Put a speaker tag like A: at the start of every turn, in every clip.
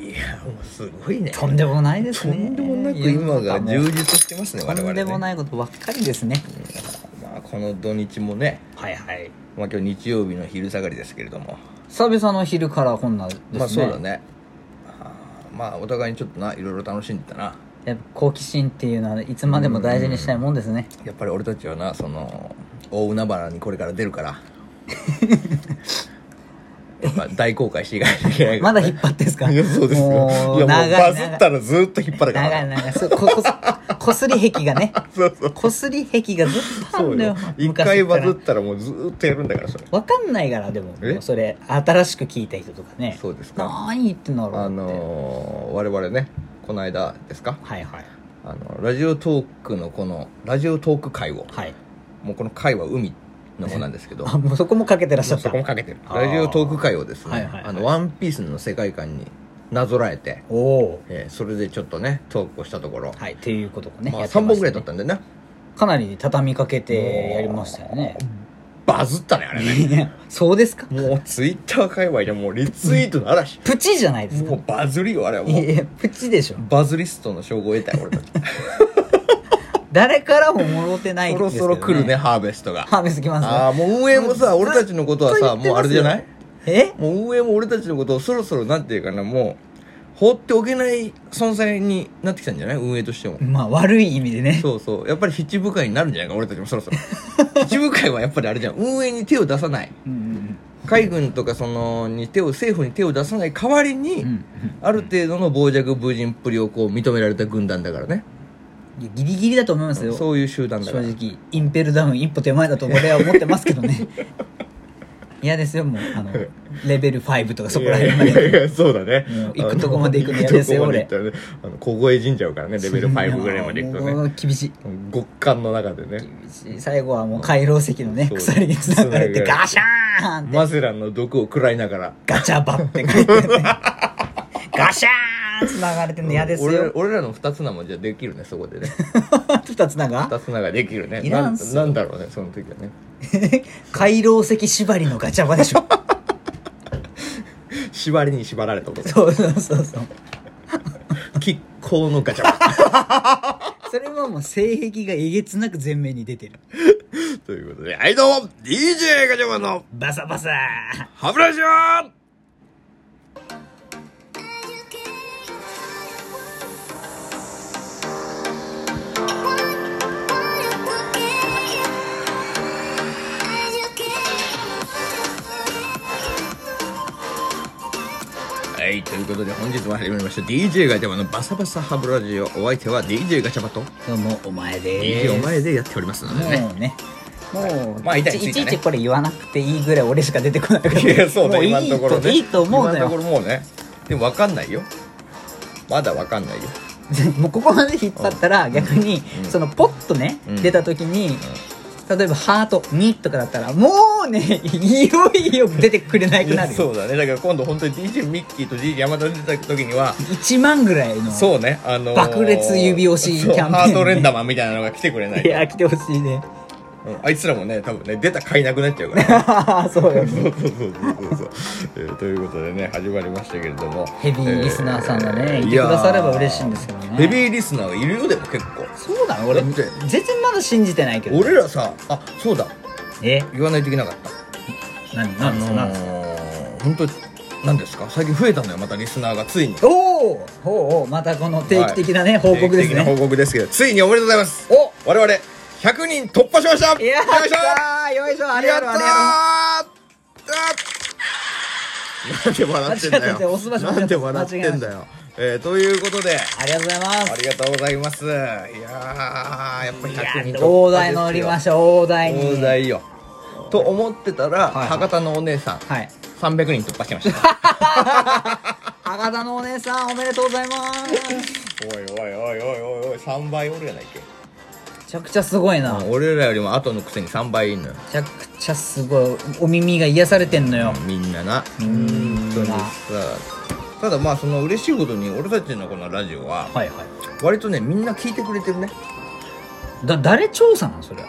A: いやもうすごいね
B: とんでもないです
A: と
B: ね
A: んでもなく今が充実してますね我々
B: と
A: ね
B: んでもないことばっかりですね
A: まあこの土日もね、
B: はいはい
A: まあ、今日日曜日の昼下がりですけれども、
B: 久々の昼からこんなですね,、
A: まあそうだねあーまあお互いにちょっとないろいろ楽しんでたな
B: やっぱ好奇心っていうのはいつまでも大事にしたいもんですね
A: やっぱり俺たちはなその大海原にこれから出るから やっぱ大航海していかないといけないか
B: ま
A: ら
B: だ引っ張ってんすか
A: いや そうですよいや
B: も
A: も
B: う
A: う
B: 長
A: バ
B: い
A: ズったらずっと引っ張るから
B: 長い長いそうここすこすり壁がね
A: そうそう
B: こすり壁がずっとあ
A: そ
B: るん
A: う
B: だ
A: よ
B: よ
A: 一
B: 昔から
A: 回バズったらもうずっとやるんだからそれ
B: わかんないからでも
A: え
B: もうそれ新しく聞いた人とかね
A: そうですか
B: 何言ってんだろうって
A: あのー我々ねこの間ですか
B: はいはい
A: あのラジオトークのこのラジオトーク会を
B: はい
A: もうこの会は海の方なんですけど
B: あもうそこもかけてらっしゃった
A: そこもかけてる
B: あー
A: ラジオトーク会をですね、
B: はいはいはい
A: あのワンピースの世界観になぞらえて、
B: おお
A: えーそれでちょっとねトークをしたところ、
B: はいっていうことをね、
A: ま
B: や
A: あ、
B: って
A: 3
B: ま
A: 本
B: し
A: ぐらい
B: た
A: 撮
B: ね
A: ったんでね
B: かなり畳みかけてやりましたよね
A: バズったねあれね
B: いや そうですか
A: もうツイッター界隈でもうリツイートの嵐
B: プチじゃないですか
A: もうバズりよあれはもう
B: いやプチでしょ
A: バズリストの称号を得たよ俺たち
B: 誰からももろて ない
A: そ
B: で
A: ろ
B: すけ
A: そ
B: ど、ね、
A: ろ来るねハーベストが
B: ハーベス来ますね
A: ああもう運営もさ俺たちのことはさもうあれじゃない
B: え
A: もう運営も俺たちのことをそろそろなんていうかなもう放っておけない存在になってきたんじゃない運営としても
B: まあ悪い意味でね
A: そうそうやっぱり七部会になるんじゃないか俺たちもそろ そろ七部会はやっぱりあれじゃん運営に手を出さない
B: うんうん
A: 海軍とかそのに手を政府に手を出さない代わりに、
B: うんうん
A: ある程度の傍若無人っぷりをこう認められた軍団だからね
B: いやギリギリだと思いますよ
A: そういう集団だか
B: 正
A: ら
B: 直インペルダウン一歩手前だと俺は思ってますけ どね嫌ですよもうあのレベル5とかそこら辺ま
A: いやい
B: で
A: やいやそうだね
B: もう行くとこまで行くの嫌ですよ
A: あの行くとこまで行ったらねあの凍え死んじゃうから ねレベル5ぐらいまで行くと
B: も
A: ね
B: う厳しい
A: 極寒の中でね
B: 厳しい最後はもう回廊石のね
A: そう
B: 鎖につながれてガシャーンって
A: マゼランの毒を食らいながら
B: ガチャバって書いてあ るねガシャーンつながれてんの嫌です
A: 俺
B: よ
A: 俺らの二つ名もじゃあできるねそこでね
B: 二つなんか
A: 二つ名ができるね
B: いらん
A: な
B: っすよ
A: なんだろうねその時はね
B: 回廊石縛りのガチャバでしょ
A: 縛りに縛られた こと
B: そうそうそうそう
A: 亀甲のガチャ
B: それはもう性癖がえげつなく前面に出てる
A: ということではいどうも DJ ガチャマンの
B: バサバサー
A: 歯ブラシははいということで本日も始まりました DJ ガチャマンのバサバサ歯ブラシをお相手は DJ ガチャマンと
B: どうもお前で
A: DJ
B: す
A: お前でやっておりますのでね
B: もうねもう、
A: まあ
B: い
A: 痛い
B: ちい
A: 痛いね
B: ちこれ言わなくていいぐらい俺しか出てこないから
A: いやそう
B: も
A: ね
B: ういい
A: 今のところね
B: いいと思うの
A: 今のとこ
B: よ
A: ろもうねでも分かんないよまだ分かんないよ
B: もうここまで引っ張ったら逆に、そのポッとね、
A: うん
B: 出た時に、例えば「ハート2」とかだったらもうねいよいよ出てくれないくな
A: や
B: るよ
A: そうだねだから今度本当に DJ ミッキーと DJ 山田出てた時には
B: 1万ぐらいの
A: そうねあのー
B: 爆裂指押しキャンペーン
A: そう
B: ね
A: ハート連打マンみたいなのが来てくれない
B: い
A: と
B: や来てほしいね
A: うんあいつらもね多分ね出た買いなくなっちゃうから
B: そう
A: そ
B: よ
A: うそうそうそうそう、えーということでね始まりましたけれども
B: ヘビーリスナーさんがね、
A: えー
B: いてくだされば嬉しいんですけどね
A: いやーヘビーリスナーがいるよでも結構
B: そうだ俺
A: だって
B: 全然まだ信じてないけど
A: 俺らさあそうだ
B: え
A: 言わないといけなかった
B: 何
A: あ
B: 何
A: の
B: で
A: ー、
B: すか何ですか
A: 本当なんですか最近増えたのよまたリスナーがついに
B: おーおうおうまたこの定期的なね、報告です
A: 定期的な報
B: ね
A: 告ですけどついにおめでとうございます
B: お
A: 我々100人突破しました
B: いや
A: よいしょ
B: ーよいしょあれやろ
A: やっ
B: あれ
A: たー
B: やろ
A: あなんで笑ってんだ
B: 間違って
A: よ
B: おすばし間違え
A: なんで
B: ました
A: 笑ってんだよえー、ということで
B: ありがとうございま
A: あ
B: す
A: りがとうございますいやーやっぱ100人突破で
B: い
A: す
B: やー
A: よ
B: 大台乗りましょう大台に
A: 大台よと思ってたら、
B: はい
A: 博多のお姉さん
B: はい
A: 300人突破しました
B: 博多のお姉さんおめでとうございますめ
A: おいおいおいおいおいおい3倍おるやないけ
B: ちゃくちゃすごいなめ
A: 俺らよりも後のくせに3倍いんのよ
B: ちゃくちゃすごいお耳が癒されてんのよ
A: みんなな
B: うん
A: 本当にさただまあその嬉しいことに俺たちのこのラジオは
B: はいはい
A: 割とねみんな聞いてくれてるね
B: だ誰調査なんそれ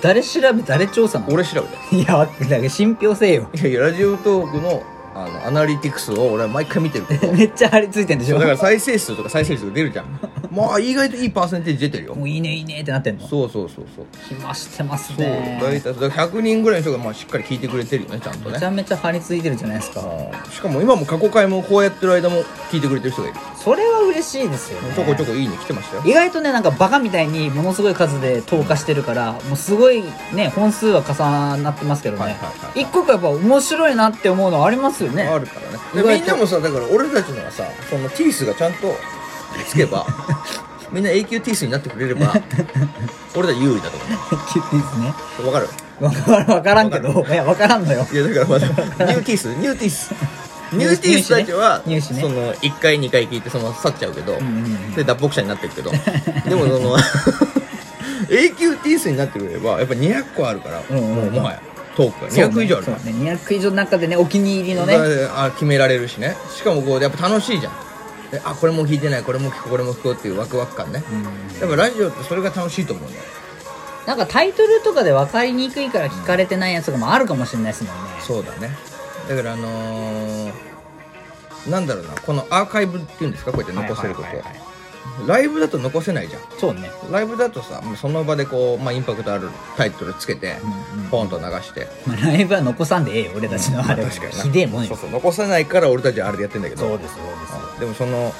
B: 誰調べ誰調査なん
A: 俺調べ
B: いやだけど信憑性よ
A: ていやいやラジオトークのあのアナリティクスを俺は毎回見 てるけど
B: めっちゃ張り付いてんでし
A: そ
B: ょ
A: うだから再生数とか再生数が出るじゃんまあ意外といいパーセンテージ出てるよ
B: もういいねいいねってなってんの
A: そうそうそうそう
B: 暇してます
A: そう
B: ね
A: 大体そうだから100人ぐらいの人がまあしっかり聞いてくれてるよねちゃんと
B: めち
A: ね
B: ゃめちゃ張り付いてるじゃないですか
A: うんしかも今も過去回もこうやってる間も聞いてくれてる人がいる
B: それは嬉しいですよね
A: ちょこちょこいいね来てましたよ
B: 意外とねなんかバカみたいにものすごい数で投下してるからもうすごいね本数は重なってますけどね、
A: はいはいはい
B: 一個一個やっぱ面白いなって思うのはありますよね
A: あるからね
B: 意外と
A: みんなもさだから俺たちのはさそのティースがちゃんとつけ ばみんな永久ティースになってくれれ ば俺たち有利だと思
B: 言っていい ですね
A: うわかる
B: わかわからんけどいやわからんのよ
A: いやだからま だニューティースニューティースニューティースたちは、
B: ニュースね
A: その1回2回聞いてその去っちゃうけど、
B: うんうんうん
A: で脱北者になってるけ どでもそ の永久ティースになってくれればやっぱ200個あるから、
B: うんうんうん
A: もうもはやトークが200以上ある
B: そ
A: か
B: う
A: ら
B: ねそうね200以上の中でねお気に入りの
A: だか
B: ね
A: らあ決められるしねしかもこうやっぱ楽しいじゃんであこれも聞いてないこれも聞こうこれも聞こうっていうワクワク感ね、やっぱラジオってそれが楽しいと思うんだよ
B: なんかタイトルとかで分かりにくいから聞かれてないやつとかもあるかもしれないですもんね
A: そうだねだからあのーなんだろうなこのアーカイブっていうんですかこうやって残せること、
B: はいはいはいはい
A: ライブだと残せないじゃん
B: そうね
A: ライブだとさもうその場でこう、まあ、インパクトあるタイトルつけて、
B: うんうん
A: ポンと流して
B: まあ、ライブは残さんでええよ俺たちのあれは、
A: 確かにな
B: ひでえもんよ
A: そうそう残さないから俺たちはあれでやってんだけど
B: すそうです
A: あでもその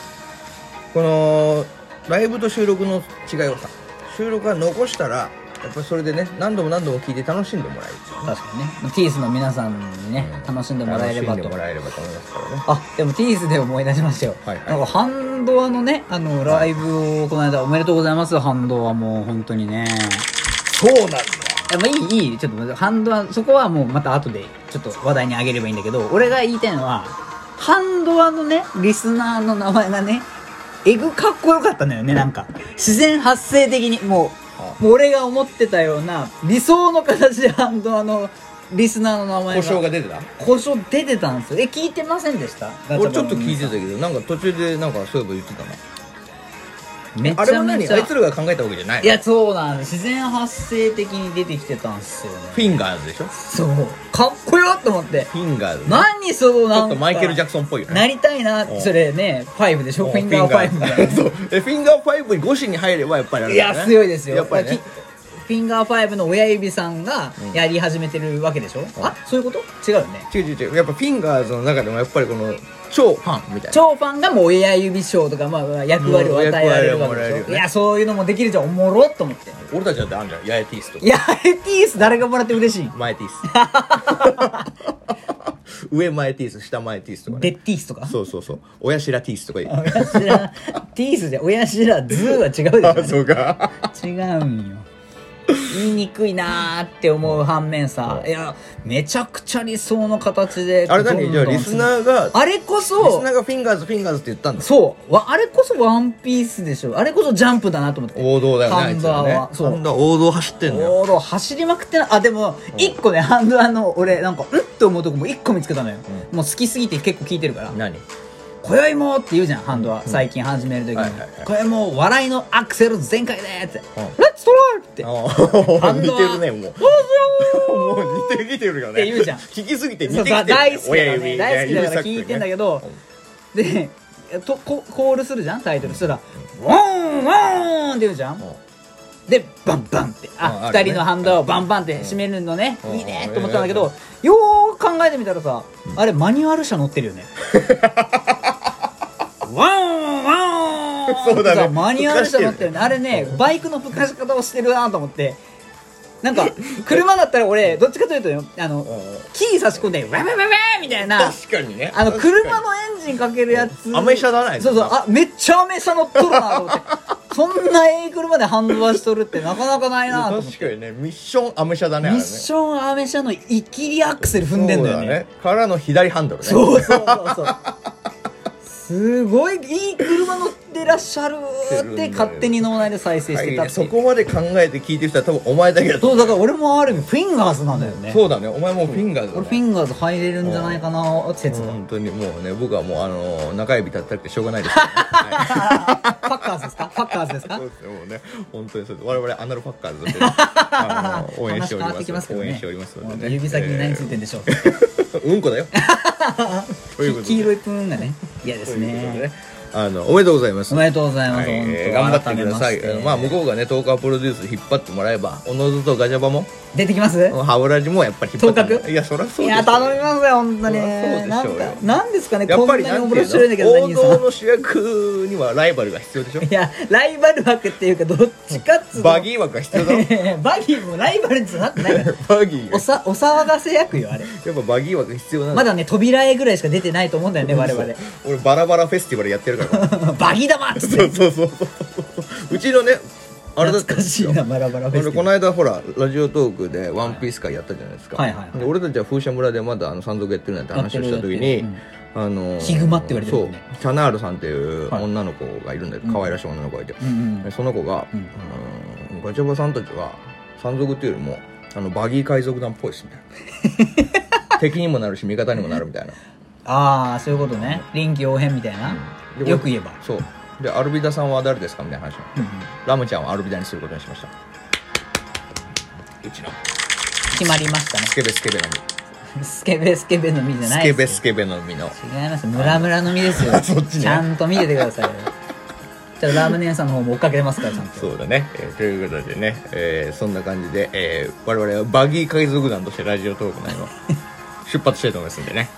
A: このライブと収録の違いはさ収録は残したらやっぱりそれでね何度も何度も聞いて楽しんでもらえる
B: 確かにねティースの皆さんにね、楽しんでもらえれば
A: 楽し
B: と
A: んでもらえればと思いますからね
B: あでもティースで思い出しましたよ、
A: はいはい
B: なんかハンドアのねあのライブをこの間おめでとうございますハンドアもう本当にね
A: そうなんだ
B: やっぱいいいいちょっと待ってハンドアそこはもうまた後でちょっと話題にあげればいいんだけど俺が言いたいのはハンドアのねリスナーの名前がねえぐかっこよかったのよねなんか自然発生的にも
A: あ
B: うもう俺が思ってたような理想の形でハンドアのリスナーの名前
A: 故
B: が
A: 障が出てた
B: 故障出てたんですよえ聞いてませんでした
A: 俺ちょっと聞いてたけどなんか途中でなんかそういえば言ってたな
B: めち
A: あれ
B: ゃ
A: は
B: め
A: 何
B: ちゃ
A: あいつらが考えたわけじゃない
B: いやそうなんです自然発生的に出てきてたんですよね
A: フィンガーズでしょフ
B: そうかっこよと思って
A: ィンガーズね
B: 何その
A: ち
B: な
A: ょっ
B: んか
A: とマイケル・ジャクソンっぽいよ
B: な
A: ね
B: りたいな
A: うん
B: それねファイブでしょ
A: うん
B: フィンガーファイブみたいな
A: そうえフィンガーファイブに5子に入ればやっぱりあれ
B: い
A: だよね
B: や強いですよ
A: やっぱり
B: き
A: ね
B: フィンガーファイブの親指さんがやり始めてるわけでしょ、あそういうこと違うよね
A: 違う違う違うやっぱフィンガーズの中でもやっぱりこの超ファンみたいな
B: 超ファンがもう親指賞とかまあまあ役割を与えられる
A: うん役割をも
B: わけ
A: らえるよ
B: でしょ、
A: ね
B: いやそういうのもできるじゃんおもろっと思って
A: 俺たちだってあんじゃん八重ティースと
B: いやエティース誰がもらって嬉しい
A: 前ティー ス上前ティース下前ティースとか
B: デ
A: ね
B: ッティースとか
A: そうそうそう親頭ティースとかいい
B: 親らティースじゃ親知らズーは違う
A: あ
B: でしょ
A: そうか
B: 違うんよ言いにくいなーって思う反面さいやめちゃくちゃ理想の形で
A: あれ何じゃあリスナーが
B: あれこ
A: リス
B: そ
A: ナーがフィンガーズフィンガーズって言ったんだ
B: そうわあれこそワンピースでしょあれこそジャンプだなと思って
A: 王道だよね
B: ハンドア
A: あいつら
B: は
A: ね
B: そう
A: ハンドア王道走ってんだよ
B: 道路走りまくってなあでも一個ねハンドアの俺なんかうんって思うとこも一個見つけたのよ、もう好きすぎて結構聞いてるから
A: 何
B: 「今宵も」って言うじゃんハンドア最近始める時に
A: はいはいはい
B: 「今宵も笑いのアクセル全開で」って「
A: う
B: レ
A: ん
B: ッツトライ!」って「
A: あ
B: 反
A: 似
B: 応
A: て
B: は
A: るねもうもう似てきてるよね
B: って言うじゃん
A: 聞きすぎて似て
B: そ
A: きてる
B: う
A: ね
B: 大好きだ
A: 親
B: から、ね、
A: 指
B: 大好きだから
A: 指先
B: 聞いてんだ
A: ね
B: けど、でとココールするじゃんタイトルそしたら「ワンワン!」って言うじゃんでバンバンって
A: うん
B: あ
A: あ
B: 二
A: るね
B: 2人のハンドをバンバンって締めるのね
A: うん
B: いいね
A: うん
B: と思ったんだけどよーく考えてみたらさあれマニュアル車乗ってる よねワンワン
A: そうだね
B: ってさマニュアル車乗ってるねあれねバイクのふかし方をしてるなと思ってなんか車だったら俺どっちかというとよあ
A: う
B: の
A: ん
B: キー差し込んで「わわわわ!」みたいな
A: 確かにね
B: あの車のエンジンかけるやつ
A: アメ車だね
B: そうそうあめっちゃアメ車乗っとるなと思って そんなええ車でハンドバしとるってなかなかないなと思って
A: 確かにねミッションアメ車だね
B: ミッションアメ車のイキリアクセル踏んでんだよね
A: からの左ハンドルね
B: そうそうそうそうすごいいい車乗ってらっしゃるって勝手に脳内で再生してたって
A: そ
B: いう
A: こまで考えて聞いてる人は多分お前だけだと
B: そうだから俺もある意味フィンガーズなんだよね
A: そうだねお前もうフィンガーズだ
B: 俺
A: ね
B: フィンガーズ入れるんじゃないかな説が
A: 本当にもうね僕はもうあの中指叩いてしょうがないですけどねはい
B: ファッカーズですかファッカーズですか
A: そうですねもうね本当にそうです我々アナロファッカーズ であの応援しており
B: 話変わってき
A: ま
B: ますすけどね
A: 応援しておりますので
B: も
A: ね
B: う指先に何ついてんでしょう、
A: うんこだよ ということで
B: 黄色いプーンがね嫌です
A: ということで
B: ね
A: ねあのおめでとうございます
B: おめでとうございます、
A: はい
B: 本当
A: えー頑張ってください
B: 改め
A: あの
B: て
A: まあ向こうがね10日プロデュース引っ張ってもらえばおのずとガジャバも
B: 出てきます
A: ハブラジもやっぱり引っ張ってもら
B: 頭
A: いやそりゃそ
B: い
A: うですよ
B: や頼みますよ本当
A: そ
B: に
A: りゃそうでしょうよ
B: なんかなんですかね
A: や
B: こ
A: っ
B: んな
A: ぱり
B: に
A: なん
B: 面
A: てい
B: 白いんだけど
A: う
B: 何
A: の
B: さ
A: 王
B: ん
A: 道の主役にはライバルが必要で しょ
B: いやライバル枠っていうかどっちかっつうと
A: バギー枠が必要 だろ
B: バギーもライバルになってないから
A: バギーが
B: おさお騒がせ役よあれ
A: やっぱバギー枠が必要なの
B: まだね扉絵ぐらいしか出てないと思うんだよね我
A: 俺バラバラフェスティバルやってるから
B: 々バギー玉っつって
A: そうそうそうそう うちのねあれだったん
B: 懐
A: で
B: か
A: す
B: しい
A: よ
B: なバラバラフ
A: 俺
B: ェスティバ
A: こ
B: ル
A: の間ほらラジオトークでワンピース会やったじゃないですか、
B: はいはいはい
A: で俺たちは風車村でまだあの山賊やってるなんて話をした時
B: やって
A: に、
B: るやってる
A: あのー
B: ヒグマって言われてるよね
A: そうシャナールさんっていう
B: はい
A: 女の子がいるんだけど、可愛らしい女の子がいて、
B: うんう
A: で
B: ん
A: その子が、
B: うん
A: うーんガチャバさんたちは山賊っていうよりもあのバギー海賊団っぽいっすみたい な敵にもなるし味方にもなるみたいな
B: ああそういうことね臨機応変みたいな、
A: で俺
B: よく言えば、
A: そうでアルビダさんは誰ですかみたいな話
B: うんうん、
A: ラムちゃんをアルビダにすることにしましたうちの
B: 決まりましたね
A: スケベスケベの
B: スケベスケベの実じ
A: 実
B: ゃ
A: ス
B: ない
A: ケ
B: で
A: ベ
B: す
A: スケベの実の
B: よ違いますムラムラの実ですよ
A: そっちね
B: ちゃんと見ててくださいよじゃあラムネ屋さんの方も追っかけてますからちゃんと
A: そうだね、えーということでね、えーそんな感じで、えー我々はバギー海賊団としてラジオトークの 今出発したいと思いますんでね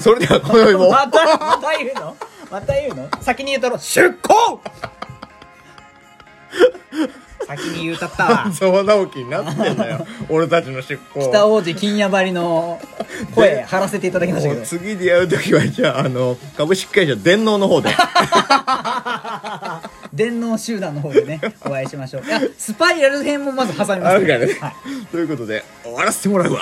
A: それでは今宵も
B: またまた言うのまた言うの先に言うたろ 出航先に言うたったわ
A: ざわ直樹になってんだ よ俺たちの出向
B: 北王子金谷張りの声張らせていただきましたけ
A: もう
B: ど
A: 次で会う時はじゃああの株式会社電脳の 方で
B: 電脳集団の方でねお会いしましょういやスパ イラル編もまず挟みます
A: あるからね
B: はい
A: ということで終わらせてもらうわ